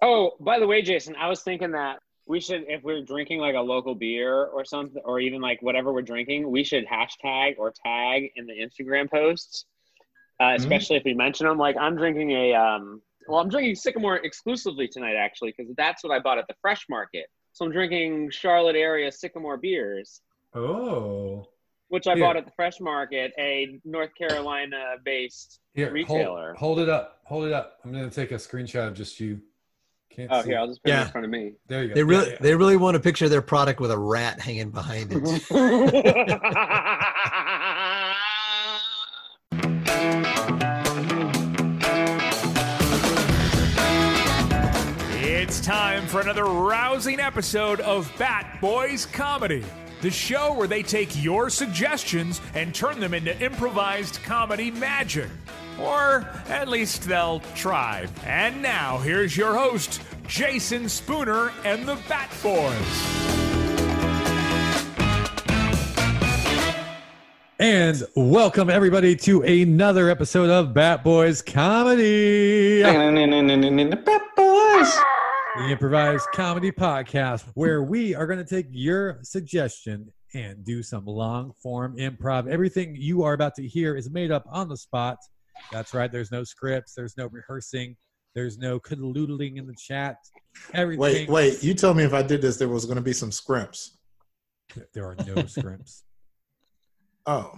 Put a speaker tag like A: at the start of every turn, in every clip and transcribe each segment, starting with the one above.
A: Oh, by the way, Jason, I was thinking that we should, if we're drinking like a local beer or something, or even like whatever we're drinking, we should hashtag or tag in the Instagram posts, uh, especially if we mention them. Like I'm drinking a, um, well, I'm drinking Sycamore exclusively tonight, actually, because that's what I bought at the Fresh Market. So I'm drinking Charlotte area Sycamore beers,
B: Oh.
A: which I
B: Yeah.
A: bought at the Fresh Market, a North Carolina based
B: Here,
A: Retailer.
B: Hold, hold it up. Hold it up. I'm gonna take a screenshot of just you. Can't
A: Oh,
B: see.
A: here, I'll just put it
C: Yeah.
A: in front of me.
B: There you go.
C: They
B: Yeah,
C: really,
B: yeah.
C: they really want to picture their product with a rat hanging behind
A: Mm-hmm.
C: it.
D: It's time for another rousing episode of Bat Boys Comedy, the show where they take your suggestions and turn them into improvised comedy magic. Or at least they'll try. And now, here's your host, Jason Spooner and the Bat Boys.
B: And welcome everybody to another episode of Bat Boys Comedy, the improvised comedy podcast, where we are going to take your suggestion and do some long form improv. Everything you are about to hear is made up on the spot. That's right. There's no scripts. There's no rehearsing. There's no canoodling in the chat. Everything.
E: Wait, wait. You told me if I did this, there was going to be some scrims.
B: There are no scripts.
E: Oh,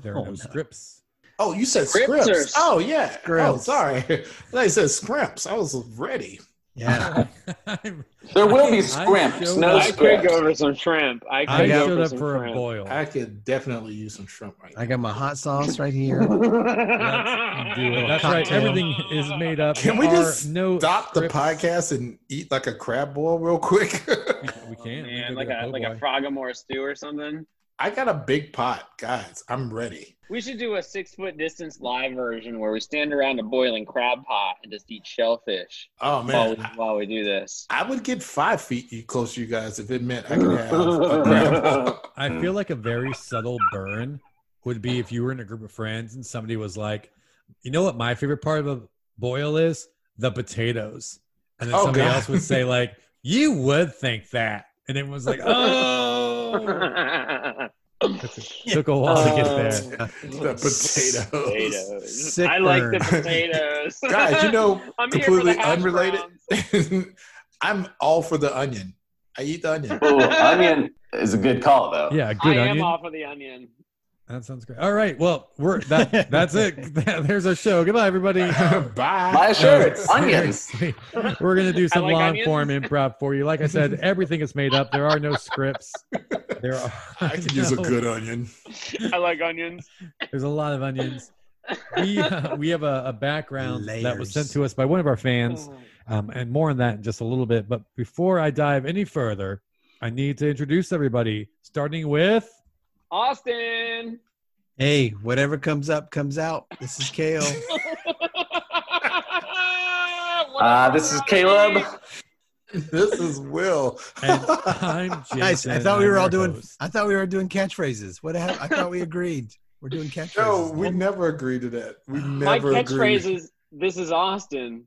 B: There are
C: Oh,
B: no
C: no.
B: scripts.
E: oh, you said
A: Scrims or
E: scrims.
A: s-
E: Oh yeah. Oh,
C: Scrims.
E: sorry. I said scrims. I was ready.
C: Yeah.
B: I'm-
F: There will be
B: I
F: scrimps,
B: showed
F: no
B: up-
A: I could
F: scripts.
A: go for some shrimp. I could
B: I
A: go
B: showed
A: for
B: up
A: some
B: for a
A: shrimp.
B: boil.
E: I could definitely use some shrimp right
C: I
E: now.
C: got my hot sauce right here.
B: That's, you do it.
A: That's
B: That's right.
C: Cocktail.
B: Everything is made up.
E: Can we
B: There are
E: just
B: no
E: Stop the
B: scripts.
E: podcast and eat like a crab boil real quick.
B: We, we can. we
A: Man,
B: can
A: like
B: go get
A: a like a
B: po' boy.
A: frogamore stew or something.
E: I got a big pot, guys. I'm ready.
A: We should do a six foot distance live version where we stand around a boiling crab pot and just eat shellfish
E: Oh
A: while
E: man,
A: we,
E: I-
A: while we do this.
E: I would get five feet you close, you guys, if it meant I could have a crab boil.
B: I feel like a very subtle burn would be if you were in a group of friends and somebody was like, "You know what my favorite part of a boil is? The potatoes." And then
E: Oh,
B: somebody
E: God.
B: else would say like, "You would think that," and everyone's like, "Oh." Took a while to get there.
E: the potatoes.
A: potatoes.
C: Sick
A: I like the
C: burn.
A: potatoes.
E: Guys, you know,
A: I'm here for the
E: completely
A: hash
E: unrelated. I'm all for the onion. I eat the onion.
F: Ooh, onion is a good call, though.
B: Yeah, a good
A: I am
B: onion.
A: off of the onion.
B: That sounds great. All right. Well, we're that, that's it. There's our show. Goodbye, everybody.
E: Bye.
F: Buy a shirt. Onions.
B: Seriously. We're gonna do some
A: like
B: long
A: onions.
B: form improv for you. Like I said, everything is made up. There are no scripts. There are.
E: I could use a
B: no-
E: good onion.
A: I like onions.
B: There's a lot of onions. We uh, we have a, a background that was
C: Layers.
B: sent to us by one of our fans, um, and more on that in just a little bit. But before I dive any further, I need to introduce everybody, starting with.
A: Austin.
C: hey, whatever comes up comes out. This is Kale.
F: Uh, this is Caleb.
E: This is Will.
B: And I'm Jason.
C: Guys, I thought we
B: I'm
C: were all
B: your
C: doing.
B: host.
C: I thought we were doing catchphrases. What happened? I thought we agreed. We're doing catchphrases.
E: no, we never agree to that. We
A: My
E: never agree.
A: catchphrase is "This is Austin."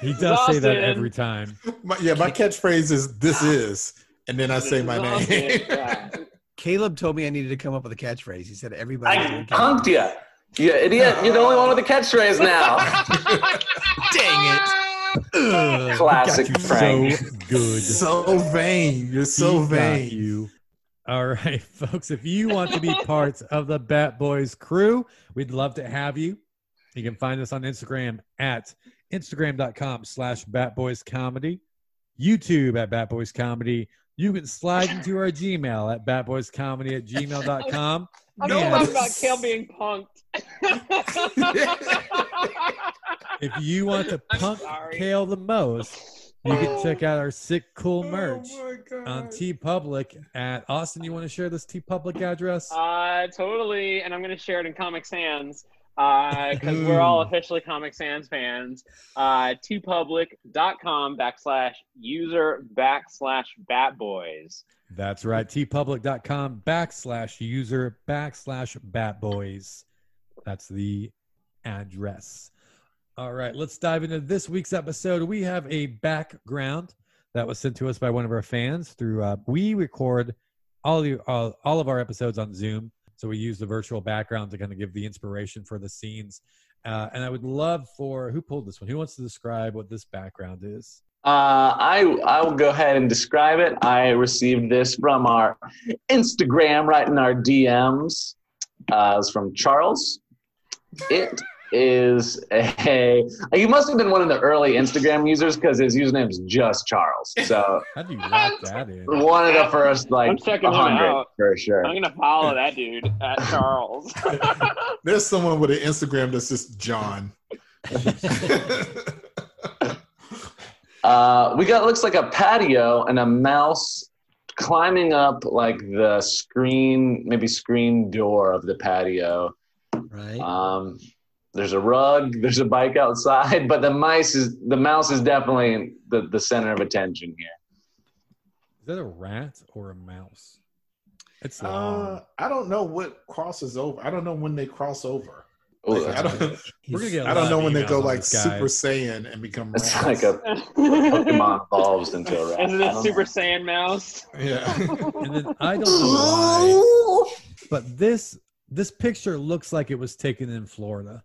B: He does say that
A: Austin.
B: every time.
E: My, yeah, my catchphrase is this is, and then I say
A: This
E: my
A: is
E: name.
A: Austin. Yeah.
C: Caleb told me I needed to come up with a catchphrase. He said everybody.
F: I punked you. You idiot. You're the only one with a catchphrase now.
C: Dang it!
F: Classic Frank.
B: So good.
E: so vain. You're so
B: He got
E: vain.
B: You. All right, folks. If you want to be part of the Bat Boys crew, we'd love to have you. You can find us on Instagram at Instagram.com slash Bat Boys Comedy, YouTube at Bat Boys Comedy. You can slide into our Gmail at batboyscomedy at gmail.com.
A: I'm
B: No,
A: not
B: it's-
A: talking about Kale being punked.
B: If you want to
A: I'm
B: punk
A: sorry.
B: Kale the most, you can check out our sick, cool merch
E: Oh my God.
B: on T Public at Austin. You want to share this T Public address?
A: uh, totally, and I'm going to share it in Comic Sans because we're all officially Comic Sans fans. Uh, topublic.com backslash user backslash batboys.
B: That's right. tpublic.com backslash user backslash batboys. That's the address. All right, let's dive into this week's episode. We have a background that was sent to us by one of our fans through. Uh, we record all the all, all of our episodes on Zoom, so we use the virtual background to kind of give the inspiration for the scenes. Uh, and I would love for who pulled this one. Who wants to describe what this background is?
F: Uh, I I will go ahead and describe it. I received this from our Instagram, right in our DMs. Uh, it's from Charles. It is a you must have been one of the early Instagram users because his username is just Charles. So
B: How do you wrap that in?
F: one of the first
A: I'm
F: like
A: checking him
F: hundred
A: out.
F: for sure.
A: I'm gonna follow that dude at Charles.
E: There's someone with an Instagram that's just John.
F: Uh, we got looks like a patio and a mouse climbing up like the screen, maybe screen door of the patio.
C: Right.
F: Um, there's a rug. There's a bike outside, but the mice is the mouse is definitely the, the center of attention here.
B: Is that a rat or a mouse? It's long.
E: uh, I don't know what crosses over. I don't know when they cross over.
F: Ooh,
E: Like, I don't.
B: We're gonna get a
E: I
B: lot
E: don't
B: of
E: know when they
B: emails
E: go
B: on
E: like
B: this, guys.
E: Super Saiyan and become.
F: it's
E: rats.
F: like a Pokemon evolves into a rat.
A: Isn't
F: I
A: it
F: don't
A: Super Saiyan Mouse?
E: yeah.
B: and then I don't know why. but this this picture looks like it was taken in Florida.
F: know.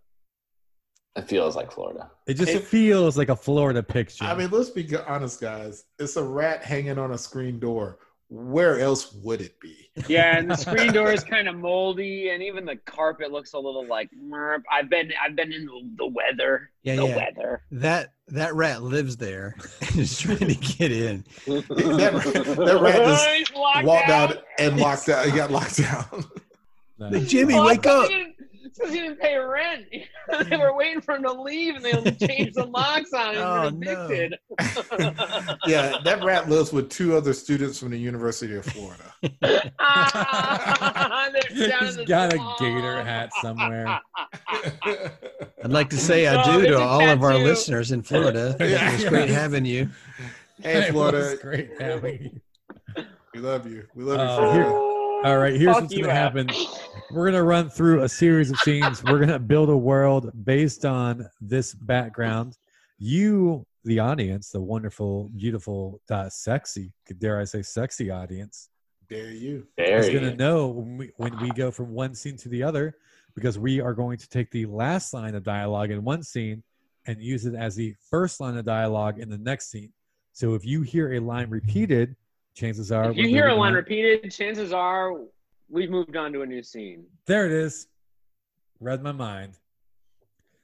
F: It feels like Florida.
B: It just
E: It-
B: feels like a Florida picture.
E: I mean, let's be g- honest, guys. It's a rat hanging on a screen door. Where else would it be?
A: Yeah, and the screen door is kind of moldy, and even the carpet looks a little like. merp. I've been I've been in the- the weather.
C: Yeah,
A: the
C: yeah.
A: weather.
C: That that rat lives there and is trying to get in.
E: That rat- that rat just
A: He's locked
E: walked
A: out.
E: out and locked out. He got locked down.
C: Like,
B: Nice.
C: Jimmy,
A: Oh, I
C: wake
A: thought
C: up.
A: he didn't- Because he didn't pay rent. they were waiting for him to leave and they changed the locks on him
C: Oh,
A: and
C: no.
A: evicted.
E: yeah, that rat lives with two other students from the University of Florida.
A: Ah, they're down in
B: He's
A: the
B: got a
A: swamp.
B: gator hat somewhere.
C: I'd like to say I do
A: Oh, it's
C: to
A: a
C: all of our
A: tattoo.
C: listeners in Florida.
E: Yeah.
C: It was great having you.
E: hey,
B: It
E: Florida,
B: was great having you.
E: we love you. We love
B: Uh,
E: you. Florida.
B: here- All right, here's
A: Fuck
B: what's
A: you
B: going to
A: up.
B: happen. We're going to run through a series of scenes. We're going to build a world based on this background. You, the audience, the wonderful, beautiful, uh, sexy, dare I say, sexy audience,
E: Dare you?
F: There
B: is
F: you
B: going to know when we, when we go from one scene to the other because we are going to take the last line of dialogue in one scene and use it as the first line of dialogue in the next scene. So if you hear a line repeated, chances are
A: If you
B: we're
A: hear a
B: moving
A: line
B: on-
A: repeated, chances are we've moved on to a new scene.
B: There it is. Read my mind.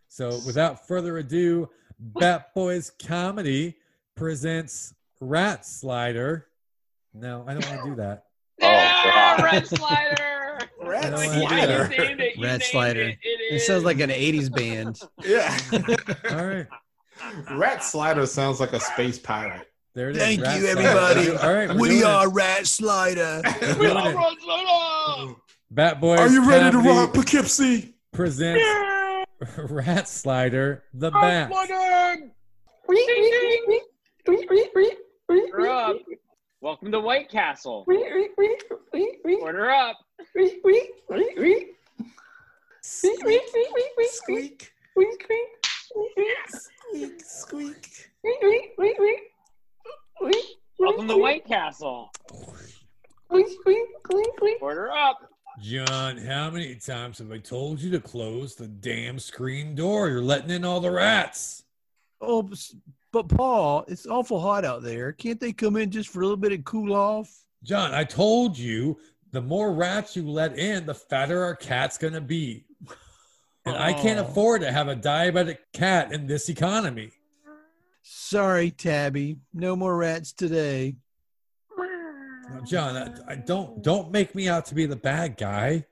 B: So without further ado, Bat Boys Comedy presents Rat Slider. No, I don't want to do that.
F: Oh,
A: yeah,
F: God.
A: Ah, Red Slider.
E: Rat
A: Like,
E: Slider.
A: You named it. You
C: Rat
A: named
C: Slider.
A: It, it,
C: It
A: is.
C: sounds like an 80s band.
E: Yeah.
B: All right.
E: rat Slider sounds like a space pirate.
B: There it is.
C: Thank
B: Rat
C: you,
B: Slider.
C: everybody.
B: All right. We're
C: We
B: doing
C: are
B: It.
C: Rat Slider.
B: We're doing it. Bat Boys
E: Are you ready to
B: Comedy
E: rob Poughkeepsie?
B: Presents Rat Slider the Bat.
A: Order up. Welcome to White Castle. Order up.
E: Squeak, squeak, squeak.
A: Welcome to White Castle. Order up.
B: John, how many times have I told you to close the damn screen door? You're letting in all the rats.
C: Oh, but s- but Paul, it's awful hot out there. Can't they come in just for a little bit and cool off?
B: John, I told you the more rats you let in, the fatter our cat's going to be. And I can't
C: Oh.
B: afford to have a diabetic cat in this economy.
C: Sorry, Tabby. No more rats today.
B: Now, John, I, I don't don't make me out to be the bad guy.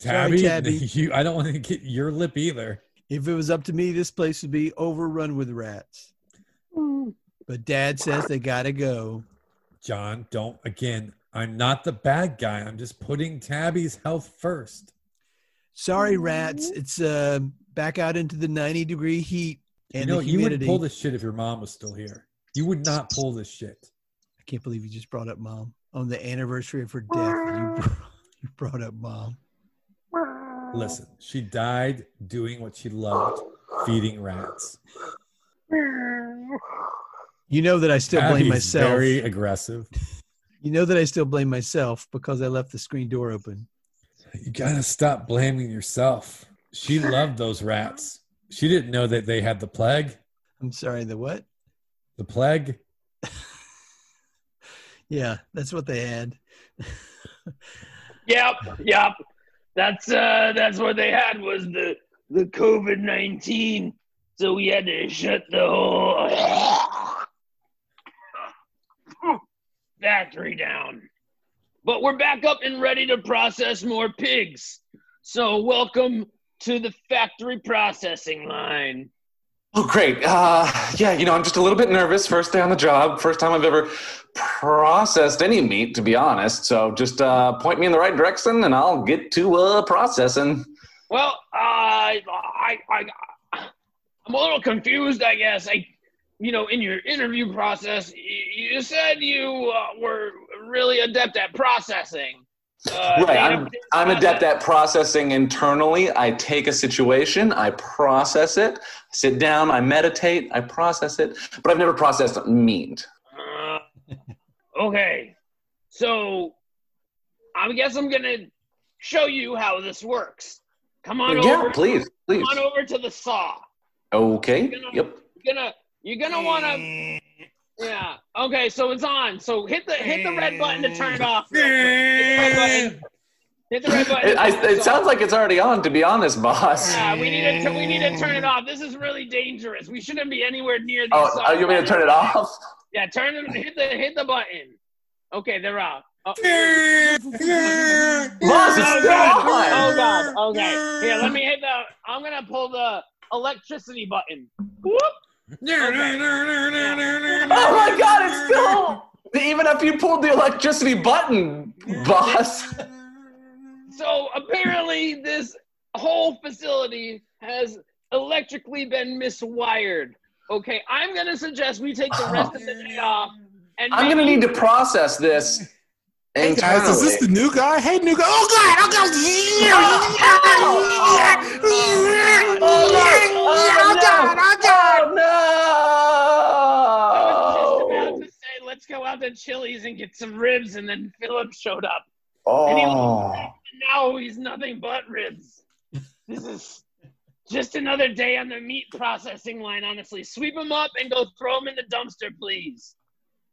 B: Tabby,
C: Sorry, Tabby.
B: you I don't want to get your lip either.
C: If it was up to me, this place would be overrun with rats. But Dad says they gotta go.
B: John, don't again. I'm not the bad guy. I'm just putting Tabby's health first.
C: Sorry, rats. It's uh, back out into the 90 degree heat and
B: you know,
C: the
B: you
C: humidity.
B: would pull this shit if your mom was still here. You would not pull this shit.
C: I can't believe you just brought up mom on the anniversary of her death. You, br- you brought up mom.
B: Listen, she died doing what she loved, feeding rats.
C: You know that I still blame
B: Abby's
C: myself.
B: Very aggressive.
C: You know that I still blame myself because I left the screen door open.
B: You gotta stop blaming yourself. She loved those rats. She didn't know that they had the plague.
C: I'm sorry, the what?
B: The plague.
C: Yeah, that's what they had.
A: Yep, yep. That's uh that's what they had was the the COVID nineteen. So we had to shut the whole factory down. But we're back up and ready to process more pigs. So welcome to the factory processing line.
F: Oh, great. Uh, yeah, you know, I'm just a little bit nervous. First day on the job, first time I've ever processed any meat, to be honest. So just uh, point me in the right direction and I'll get to uh, processing.
A: Well, uh, I, I, I'm a little confused, I guess. I, you know, in your interview process, y- you said you uh, were really adept at processing. Uh,
F: Right. I'm, I'm adept at processing internally. I take a situation, I process it, sit down, I meditate, I process it, but I've never processed meat.
A: Uh, okay, so I guess I'm gonna show you how this works. Come on
F: Yeah,
A: over.
F: please, please.
A: Come on over to the saw.
F: Okay. Yep.
A: You're gonna, you're gonna wanna. Yeah. Okay. So it's on. So hit the hit the red button to turn it off. real quick. Hit the red button. Hit the red button.
F: It, I, it sounds like it's already on, to be honest, boss.
A: Yeah, we need to tu- we need to turn it off. This is really dangerous. We shouldn't be anywhere near these.
F: Oh, oh, you want me to turn it off?
A: Yeah, turn it. Hit the hit the button. Okay, they're off. Oh,
F: Boss, it's
A: oh
F: still
A: god!
F: on.
A: Oh god! Okay, here, let me hit the. I'm gonna pull the electricity button. Whoop!
F: Oh my god, it's still. Even if you pulled the electricity button, boss.
A: So apparently, this whole facility has electrically been miswired. Okay, I'm gonna suggest we take the rest of the day off. And
F: I'm gonna
A: maybe-
F: need to process this.
E: Hey guys, is this the
F: internally.
E: new guy? Hey, new guy. Oh god! Oh god!
F: Oh, no.
A: I was just about
F: Oh,
A: to say, let's go out to Chili's and get some ribs, and then Philip showed up.
F: no. Oh.
A: And now he's nothing but ribs. This is just another day on the meat processing line, honestly. Sweep them up and go throw them in the dumpster, please.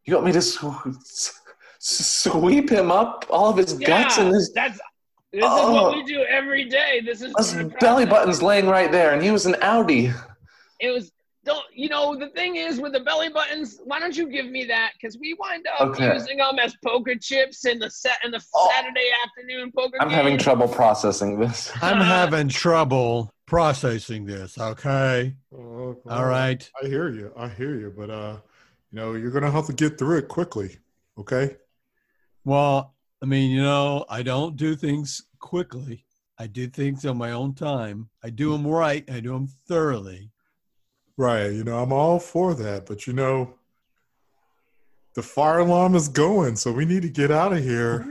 F: You want me to sw- s- sweep him up, all of his guts and his,
A: that's this is
F: Oh.
A: what we do every day. This is
F: his
A: part of
F: belly
A: process.
F: button's laying right there, and he was an Audi.
A: It was don't you know the thing is with the belly buttons? Why don't you give me that? Because we wind up
F: Okay.
A: using them as poker chips in the set in the
F: Oh.
A: Saturday afternoon poker.
F: I'm having
A: game.
F: trouble processing this.
C: I'm having trouble processing this. Okay. All right.
E: I hear you. I hear you. But uh, you know, you're gonna have to get through it quickly. Okay.
C: Well, I mean, you know, I don't do things quickly. I do things on my own time. I do them right. I do them thoroughly.
E: Right. You know, I'm all for that. But you know, the fire alarm is going, so we need to get out of here.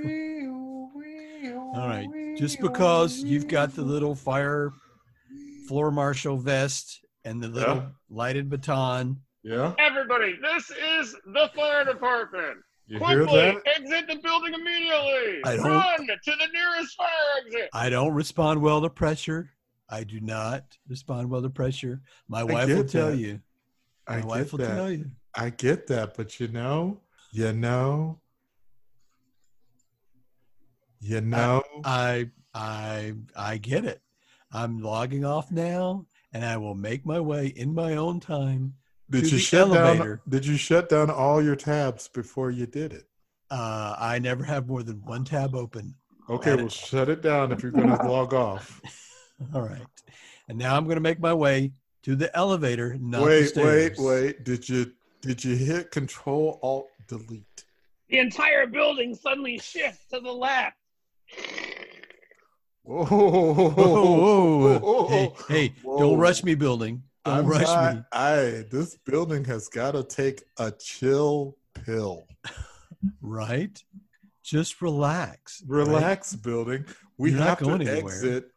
C: All right. Just because you've got the little fire floor marshal vest and the little
E: Yeah.
C: lighted baton,
E: Yeah.
A: Everybody, this is the fire department.
E: You hear
A: Quickly,
E: that?
A: exit the building immediately.
C: I don't-
A: Run to the nearest fire exit.
C: I don't respond well to pressure. I do not respond well to pressure. My wife
E: get
C: will tell
E: that.
C: you. My
E: I
C: wife
E: get
C: will tell
E: that.
C: you.
E: I get that. But you know, you know,
C: Uh,
E: you know.
C: I I I get it. I'm logging off now, and I will make my way in my own time. to
E: Did you
C: the
E: shut
C: elevator.
E: down? Did you shut down all your tabs before you did it?
C: Uh, I never have more than one tab open.
E: Okay, well, shut it down if you're going to log off.
C: All right, and now I'm going to make my way to the elevator. Not the
E: Wait, wait,
C: stairs.
E: wait. Did you did you hit Control Alt Delete?
A: The entire building suddenly shifts to the left.
E: Whoa!
C: Whoa, whoa, whoa.
E: Whoa.
C: Hey, hey,
E: Whoa.
C: don't rush me, building. Don't
E: I'm
C: rush
E: not-
C: me.
E: I this building has got to take a chill pill.
C: Right? Just relax. right?
E: Relax, building. We
C: You're not
E: have to
C: going anywhere.
E: exit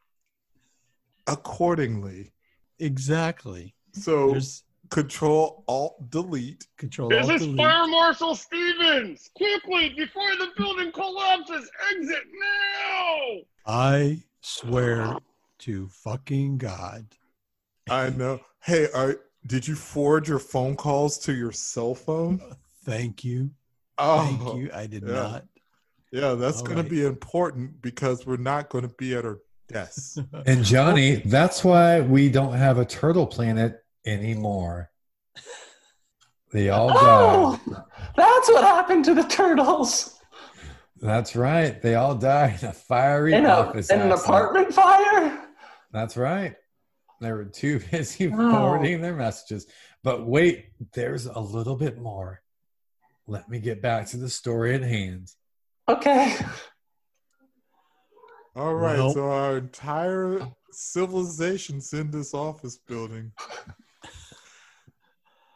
E: accordingly.
C: Exactly.
E: So
C: There's
E: control alt delete.
C: control.
G: This
C: alt,
G: is
C: delete.
G: Fire Marshal Stevens! Quickly, before the building collapses, exit now!
C: I swear to fucking God.
E: I know. Hey, are, did you forward your phone calls to your cell phone?
C: Thank you.
E: Oh,
C: Thank you. I did
E: yeah.
C: not.
E: yeah, that's
C: All
E: going to
C: right.
E: be important because we're not going to be at our desks.
B: And Johnny, that's why we don't have a turtle planet anymore. They all
F: Oh,
B: died.
F: that's what happened to the turtles
B: That's right. They all died in a fiery
F: in, a,
B: office.
F: in an
B: accident.
F: apartment fire.
B: That's right. They were too busy
F: Wow.
B: forwarding their messages. But wait, there's a little bit more. Let me get back to the story at hand.
F: Okay.
E: All right,
C: Well-
E: so our entire civilization's in this office building.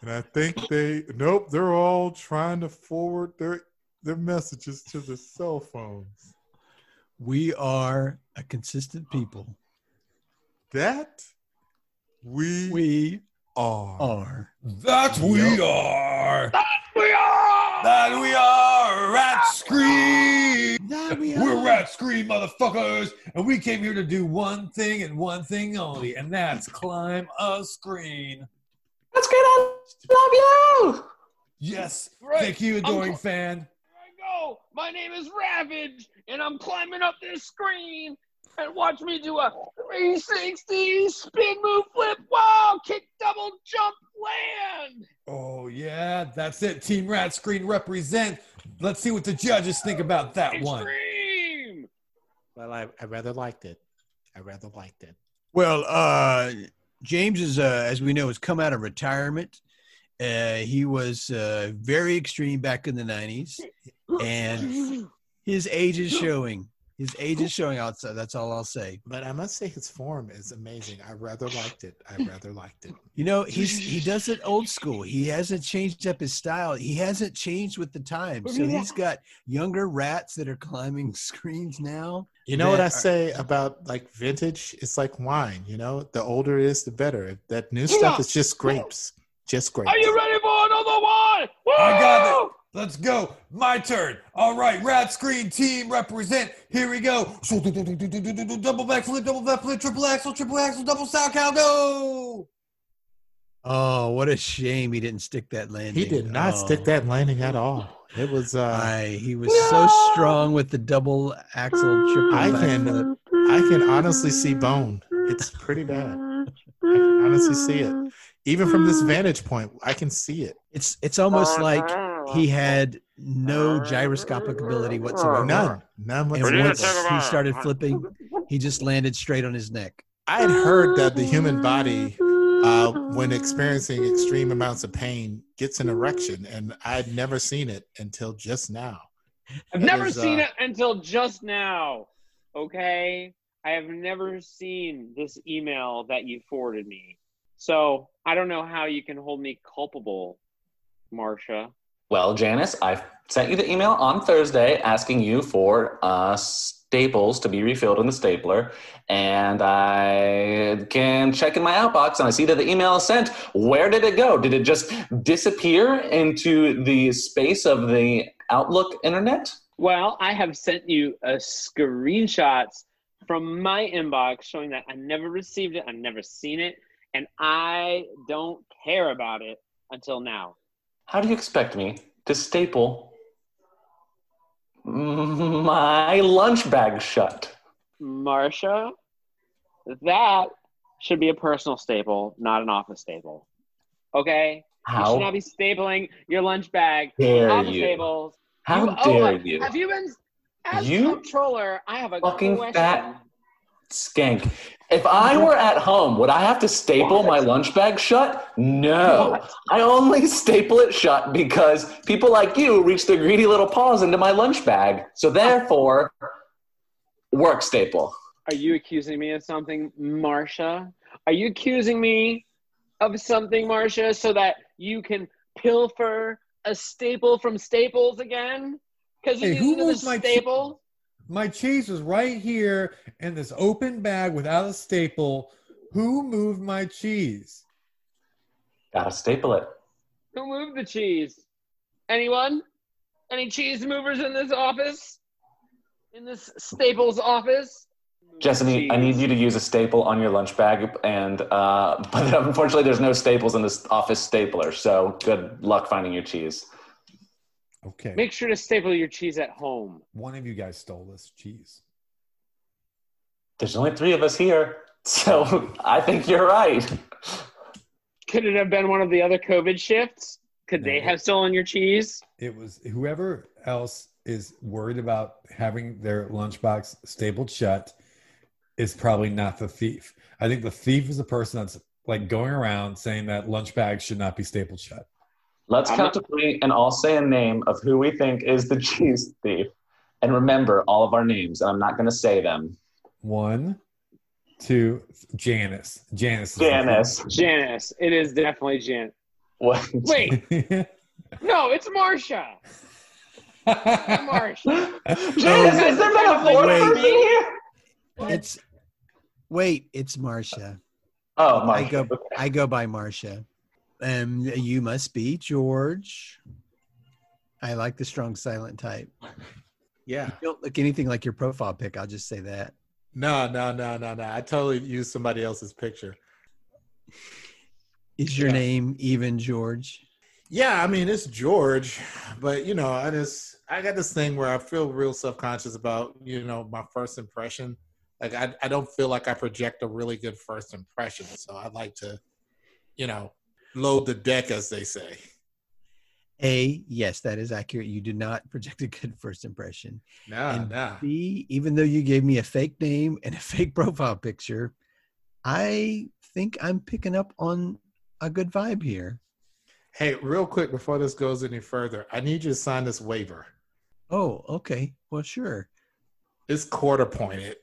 E: And I think they nope, they're all trying to forward their their messages to their cell phones.
C: We are a consistent people.
E: That we,
C: We
E: are.
C: are.
B: That
E: we
G: We
B: are.
A: Ah!
G: are!
B: That we are. Rat Scream.
C: we
B: We're Rat Scream, motherfuckers. And we came here to do one thing and one thing only, and that's climb a screen.
F: That's great. I love you.
B: Yes.
G: Right.
B: Thank you,
G: I'm
B: adoring
G: cl-
B: fan.
G: Here I go! My name is Ravage, and I'm climbing up this screen! And watch me do a 360 spin move flip, wow, kick, double, jump, land!
B: Oh, yeah. That's it. Team Rat Screen represent. Let's see what the judges think about that one.
G: Extreme!
H: Well, I, I rather liked it. I rather liked it.
C: Well, uh, James is, uh, as we know, has come out of retirement. Uh, he was uh, very extreme back in the '90s, and his age is showing. His age is showing outside. That's all I'll say.
H: But I must say his form is amazing. I rather liked it. I rather liked it.
C: You know, he's he does it old school. He hasn't changed up his style. He hasn't changed with the times. So he's got younger rats that are climbing screens now.
H: You know what
C: that
H: I
C: are-
H: say about like vintage? It's like wine, you know? The older it is, the better. That new
G: Yeah.
H: stuff is just grapes. Just grapes.
G: Are you ready for another one? Woo!
B: I got it. Let's go. My turn. All right, Rat Screen team represent. Here we go. Double backflip, double backflip, triple axel, triple axel, double side cow, go.
C: Oh, what a shame he didn't stick that landing.
H: He did not
C: Oh.
H: stick that landing at all. It was uh
C: I, he was so strong with the double axle triple.
H: I
C: back
H: can-
C: flip.
H: I can honestly see bone. It's pretty bad. I can honestly see it. Even from this vantage point, I can see it.
C: It's it's almost like he had no gyroscopic ability whatsoever.
H: None. None
C: And
H: whatsoever.
C: once he started flipping, he just landed straight on his neck.
H: I had heard that the human body, uh, when experiencing extreme amounts of pain, gets an erection, and I'd never seen it until just now.
A: I've never
H: is,
A: seen
H: uh,
A: it until just now. Okay, I have never seen this email that you forwarded me. So I don't know how you can hold me culpable, Marcia.
F: Well, Janice, I sent you the email on Thursday asking you for uh, staples to be refilled in the stapler, and I can check in my outbox and I see that the email is sent. Where did it go? Did it just disappear into the space of the Outlook internet?
A: Well, I have sent you a screenshots from my inbox showing that I never received it, I've never seen it, and I don't care about it until now.
F: How do you expect me to staple my lunch bag shut?
A: Marsha, that should be a personal staple, not an office staple. Okay? You should not
F: How
A: be stapling your lunch bag
F: dare
A: office
F: you?
A: tables.
F: How
A: You- oh,
F: dare
A: uh,
F: you?
A: Have you been as
F: You
A: controller? I have a
F: fucking
A: question.
F: fat- Skank. If I were at home, would I have to staple my lunch bag shut? No. I only staple it shut because people like you reach their greedy little paws into my lunch bag. So therefore, work staple.
A: Are you accusing me of something, Marsha? Are you accusing me of something, Marsha, so that you can pilfer a staple from Staples again? Because
B: Hey,
A: it
B: who
A: is another
B: moved my-
A: staple.
B: My cheese was right here in this open bag without a staple. Who moved my cheese?
F: Gotta staple it.
A: Who moved the cheese?
H: Anyone? Any cheese movers in this office? In this Staples office?
F: Jessamy, I need you to use a staple on your lunch bag, and uh, but unfortunately, there's no staples in this office stapler. So good luck finding your cheese.
B: Okay.
A: Make sure to staple your cheese at home.
B: One of you guys stole this cheese.
F: There's only three of us here, so I think you're right.
A: Could it have been one of the other COVID shifts? Could they
B: No.
A: have stolen your cheese?
B: It was whoever else is worried about having their lunchbox stapled shut is probably not the thief. I think the thief is the person that's like going around saying that lunch bags should not be stapled shut.
F: Let's
A: I'm
F: count
A: not-
F: to three and all say a name of who we think is the cheese thief, and remember all of our names. And I'm not going to say them.
B: One, two, th- Janice. Janice. is the
F: Janice.
A: Janice. It is definitely Jan.
F: What?
H: Wait,
B: thief.
H: no, it's Marsha. Marsha.
F: Janice, is there not a fourth
C: Wait.
F: person here?
C: It's wait, it's Marcia.
F: Oh my
C: I go I go by Marcia. Um you must be George. I like the strong silent type.
E: Yeah.
C: You don't look anything like your profile pic, I'll just say that.
E: No, no, no, no, no. I totally used somebody else's picture.
C: Is your
E: Yeah.
C: name even George?
E: Yeah, I mean it's George, but you know, I just I got this thing where I feel real self conscious about you know my first impression. Like I I don't feel like I project a really good first impression, so I like to, you know, load the deck as they say.
C: A, yes, that is accurate. You did not project a good first impression.
E: Nah,
C: And
E: nah.
C: B, even though you gave me a fake name and a fake profile picture, I think I'm picking up on a good vibe here.
E: Hey, real quick before this goes any further, I need you to sign this waiver.
C: Oh, okay. Well, sure.
E: It's quarter pointed.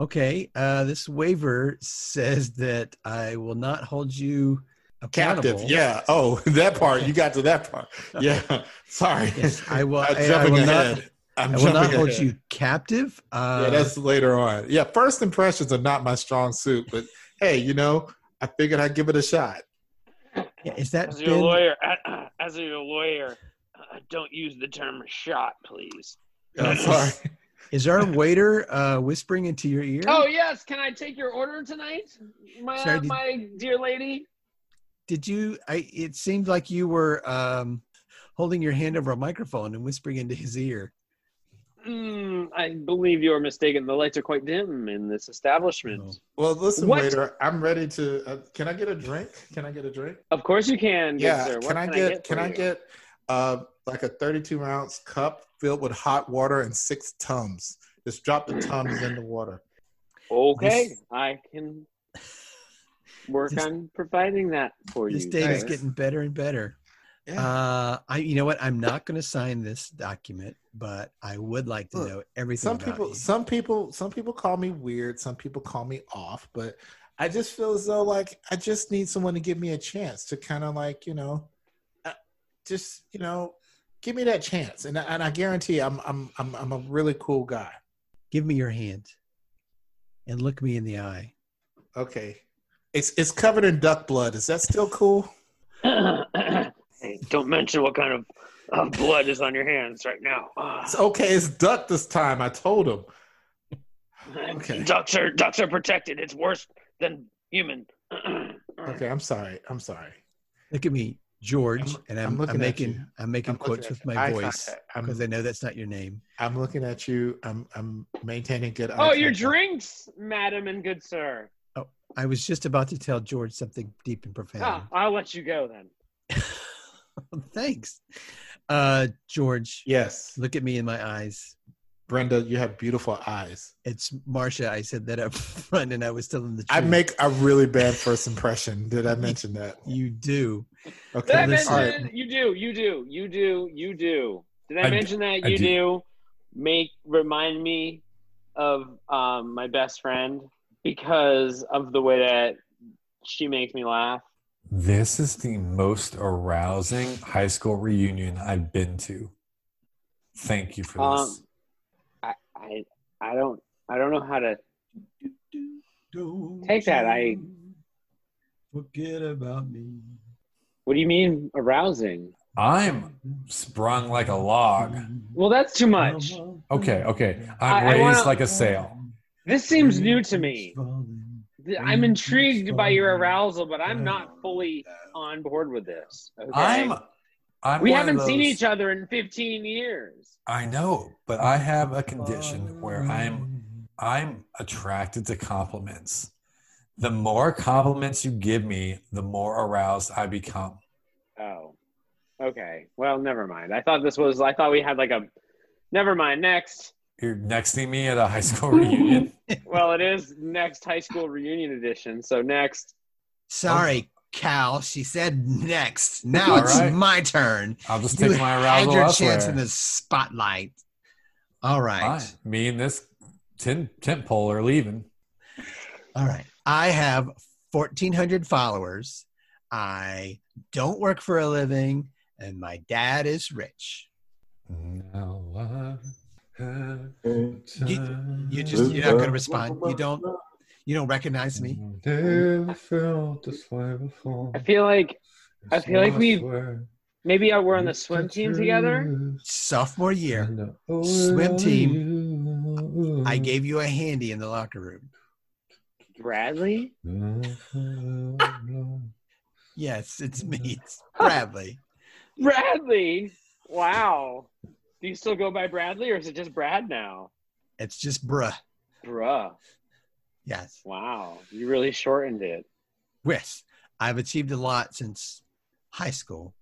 C: Okay. Uh, this waiver says that I will not hold you accountable.
E: Captive. Yeah. Oh, that part. You got to that part. Yeah. Sorry.
C: Yes, I will.
E: I'm
C: I, I
E: jumping
C: will
E: ahead.
C: not.
E: I'm
C: I will not
E: jumping
C: hold
E: ahead.
C: you captive. Uh,
E: yeah, that's later on. Yeah, first impressions are not my strong suit, but hey, you know, I figured I'd give it a shot.
C: yeah, is that
H: As your
C: been-
H: lawyer, as your lawyer, uh, don't use the term shot, please.
E: I'm Uh, sorry.
C: Is our waiter uh, whispering into your ear?
H: Oh yes, can I take your order tonight, my
C: Sorry, did-
H: my dear lady?
C: did you? I. It seemed like you were um, holding your hand over a microphone and whispering into his ear.
A: Mm, I believe you are mistaken. The lights are quite dim in this establishment.
C: Oh.
E: Well, listen,
A: What?
E: waiter, I'm ready to. Uh, can I get a drink? Can I get a drink?
A: Of course you can. good
E: yeah.
A: sir. What
E: Can I get?
A: for
E: can I
A: you?
E: get uh, like a 32 ounce cup filled with hot water and six tums? Just drop the tums in the water.
A: Okay,
C: This-
A: I can work
C: This-
A: on providing that for
C: This
A: you.
C: date is
E: Nice.
C: getting better and better.
E: Yeah.
C: Uh, I, you know what? I'm not going to sign this document, but I would like to
E: Look,
C: know everything.
E: some
C: about
E: people
C: you.
E: some people some people call me weird some people call me off but i just feel as though like i just need someone to give me a chance to kind of like you know uh, just you know give me that chance and, I- and i guarantee I'm, I'm i'm i'm a really cool guy
C: Give me your hand and look me in the eye.
E: okay it's it's covered in duck blood is that still cool
H: hey, don't mention what kind of uh, blood is on your hands right now. Uh,
E: it's okay it's duck this time i told him okay.
H: Ducks are ducks are protected. It's worse than human.
E: okay i'm sorry i'm sorry
C: Look at me, George,
E: I'm-
C: and
E: I'm
C: I'm, I'm,
E: looking at
C: making
E: you.
C: I'm making
E: I'm looking
C: quotes
E: at
C: with
E: you.
C: my
E: Eye
C: voice
E: contact. I'm-
C: because I know that's not your name.
E: i'm looking at you i'm i'm maintaining good
A: oh,
E: eye
A: your
E: contact.
A: drinks, madam and good sir.
C: I was just about to tell George something deep and profound. Oh,
A: Ah, I'll let you go then.
C: Thanks, uh, George.
E: yes
C: Look at me in my eyes.
E: brenda you have beautiful eyes
C: It's Marcia. I said that up front, and I was telling the truth.
E: I make a really bad first impression. Did I mention that?
C: you do.
E: Okay.
A: Did I mention
C: listen.
E: All right.
A: you do, you do, you do, you do. Did I,
B: I d-
A: mention that
B: I
A: you
B: do.
A: do. Make remind me of um, my best friend because of the way that she makes me laugh.
B: This is the most arousing high school reunion I've been to. Thank you for this.
A: Um, I, I I don't I don't know how to
C: Don't
A: Take that, I-
C: you forget about me.
A: What do you mean arousing?
B: I'm sprung like a log.
C: Mm-hmm.
A: Well, that's too much.
B: Okay, okay.
A: I-
B: I'm
A: I
B: raised
A: wanna-
B: like a sail.
A: This seems new to me. Th- I'm intrigued by your arousal, but I'm not fully on board with this. Okay?
B: I'm. I'm
A: we
B: one of
A: haven't seen
B: those-
A: each other in 15 years.
B: I know, but I have a condition where I'm I'm attracted to compliments. The more compliments you give me, the more aroused I become.
A: Oh, okay. Well, never mind. I thought this was. I thought we had like a. Never mind. Next.
B: You're nexting me at a high school reunion.
A: Well, it is next high school reunion edition. So next.
C: Sorry,
E: Oh.
C: Cal. She said next. Now
B: All
C: it's
B: right.
C: my turn.
B: I'll just
C: You
B: take my
C: had
B: arousal
C: your
B: elsewhere.
C: chance in the spotlight. All right.
B: Fine. Me and this tin tent pole are leaving.
C: All right. I have 1,400 followers. I don't work for a living, and my dad is rich.
B: Now I have
C: You, you just you're not going to respond. You don't you don't recognize me.
E: Never felt this way before.
A: I feel like I feel like we-
E: Swear.
A: maybe we're on the swim team together.
C: Sophomore year, Swim
E: Swim team.
C: I gave you a handy in the locker room.
A: Bradley.
C: Yes, it's me, it's Bradley.
A: Bradley. Wow. Do you still go by Bradley, or is it just Brad now?
C: It's just bruh.
A: Bruh.
C: Yes,
A: Wow. You really shortened it.
C: yes. I've achieved a lot since high school.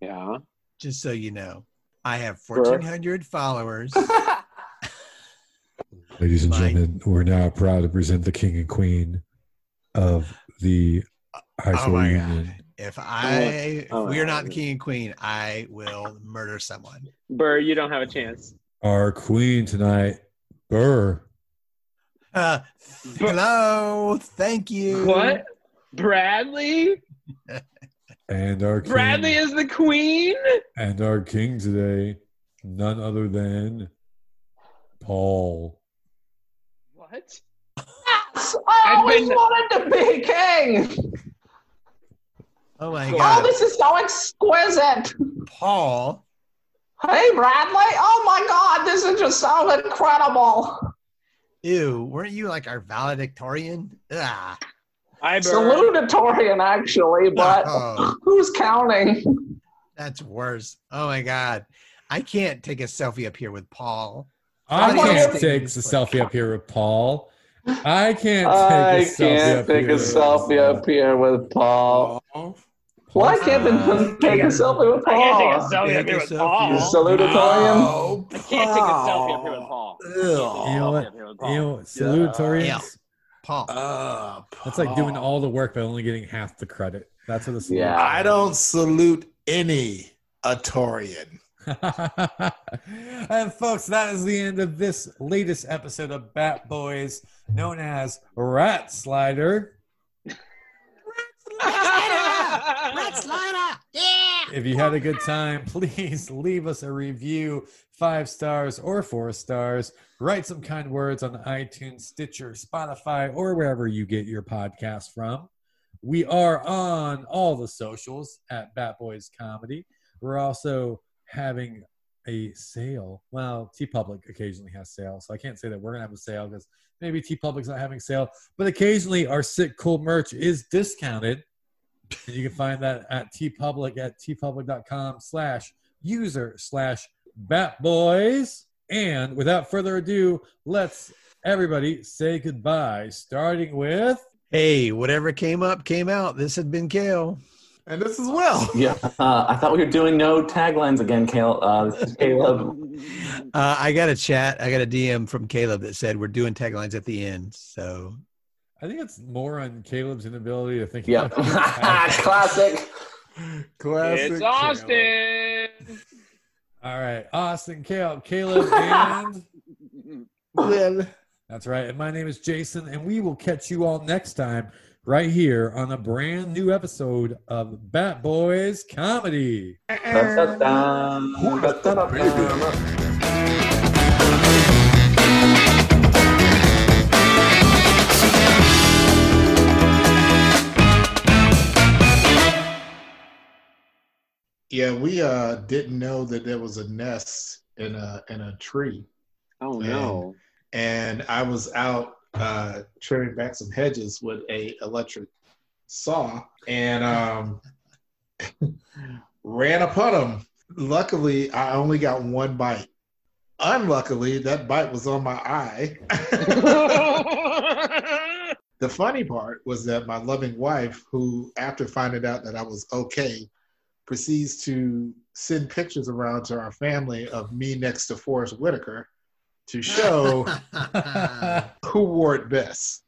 A: Yeah.
C: Just so you know, I have
A: Bruh.
C: 1,400 followers.
B: Ladies and
C: Bye.
B: gentlemen, we're now proud to present the king and queen of the high
C: Oh
B: school
C: my
B: reunion.
C: god! If I if
A: oh my
C: we are not
A: God.
C: the king and queen, I will murder someone.
A: Burr, you don't have a chance.
B: Our queen tonight, Burr.
C: Uh, hello, thank you.
A: What? Bradley?
B: And our king,
A: Bradley is the queen?
B: and our king today, none other than Paul.
A: What?
F: Yes, Oh, I
A: I've
F: always
A: been-
F: wanted to be king.
C: Oh my
F: Oh,
C: god,
F: this is so exquisite.
C: Paul!
F: Hey, Bradley. Oh my God, this is just so incredible.
C: Ew, weren't you like our valedictorian? Ah,
A: Hi, Burr.
F: Salutatorian, actually, but
C: Oh.
F: who's counting?
C: that's worse. Oh my god, I can't take a selfie up here with Paul.
B: I
C: I
B: can't
C: can't
B: take a
C: take this
B: selfie up here with Paul. I can't take
F: I
B: a selfie
F: can't
B: up
F: take
B: here
F: a selfie up here with
A: Oh,
F: Paul. Why can't they take a selfie with
A: Uh, I can't take a
F: Paul?
A: selfie up here with
C: Take a selfie.
A: Paul.
F: Salutatorian.
A: Oh. I can't take a selfie up here with Paul. I can't take a selfie up here with Paul.
B: You know, salutatorians.
C: Yeah. Paul.
E: Up.
B: That's like doing all the work but only getting half the credit. That's what it's
F: Yeah.
E: Oh. I don't salute any Atorian.
B: and folks, that is the end of this latest episode of Bat Boys, known as Rat Slider.
C: Let's light up. Yeah.
B: If you had a good time, please leave us a review, five stars or four stars. Write some kind words on iTunes, Stitcher, Spotify, or wherever you get your podcast from. We are on all the socials at Bat Boys Comedy. We're also having a sale. Well, T Public occasionally has sales, so I can't say that we're gonna have a sale because maybe T Public's not having sale. But occasionally, our sick cool merch is discounted. And you can find that at tpublic at tpublic.com slash user slash batboys. And without further ado, let's everybody say goodbye, starting with
C: Hey, whatever came up came out. This had been Kale.
E: And this as well.
F: Yeah, uh, I thought we were doing no taglines again, Caleb. Uh, this is Caleb.
C: Uh, I got a chat. I got a DM from Caleb that said we're doing taglines at the end. So
B: I think it's more on Caleb's inability to think.
F: Yep. Classic.
E: Classic.
A: It's
E: Caleb.
A: Austin.
B: All right, Austin, Caleb, Caleb, and
E: Well,
B: that's right. And my name is Jason, and we will catch you all next time right here on a brand new episode of Bat Boys Comedy.
F: Dun-dun-dun, dun-dun-dun.
E: Yeah, we uh, didn't know that there was a nest in a in a tree,
A: Oh no.
E: and I was out uh, trimming back some hedges with a electric saw, and um, ran upon him. Luckily, I only got one bite. Unluckily, that bite was on my eye. The funny part was that my loving wife, who after finding out that I was okay, proceeds to send pictures around to our family of me next to Forrest Whitaker to show who wore it best.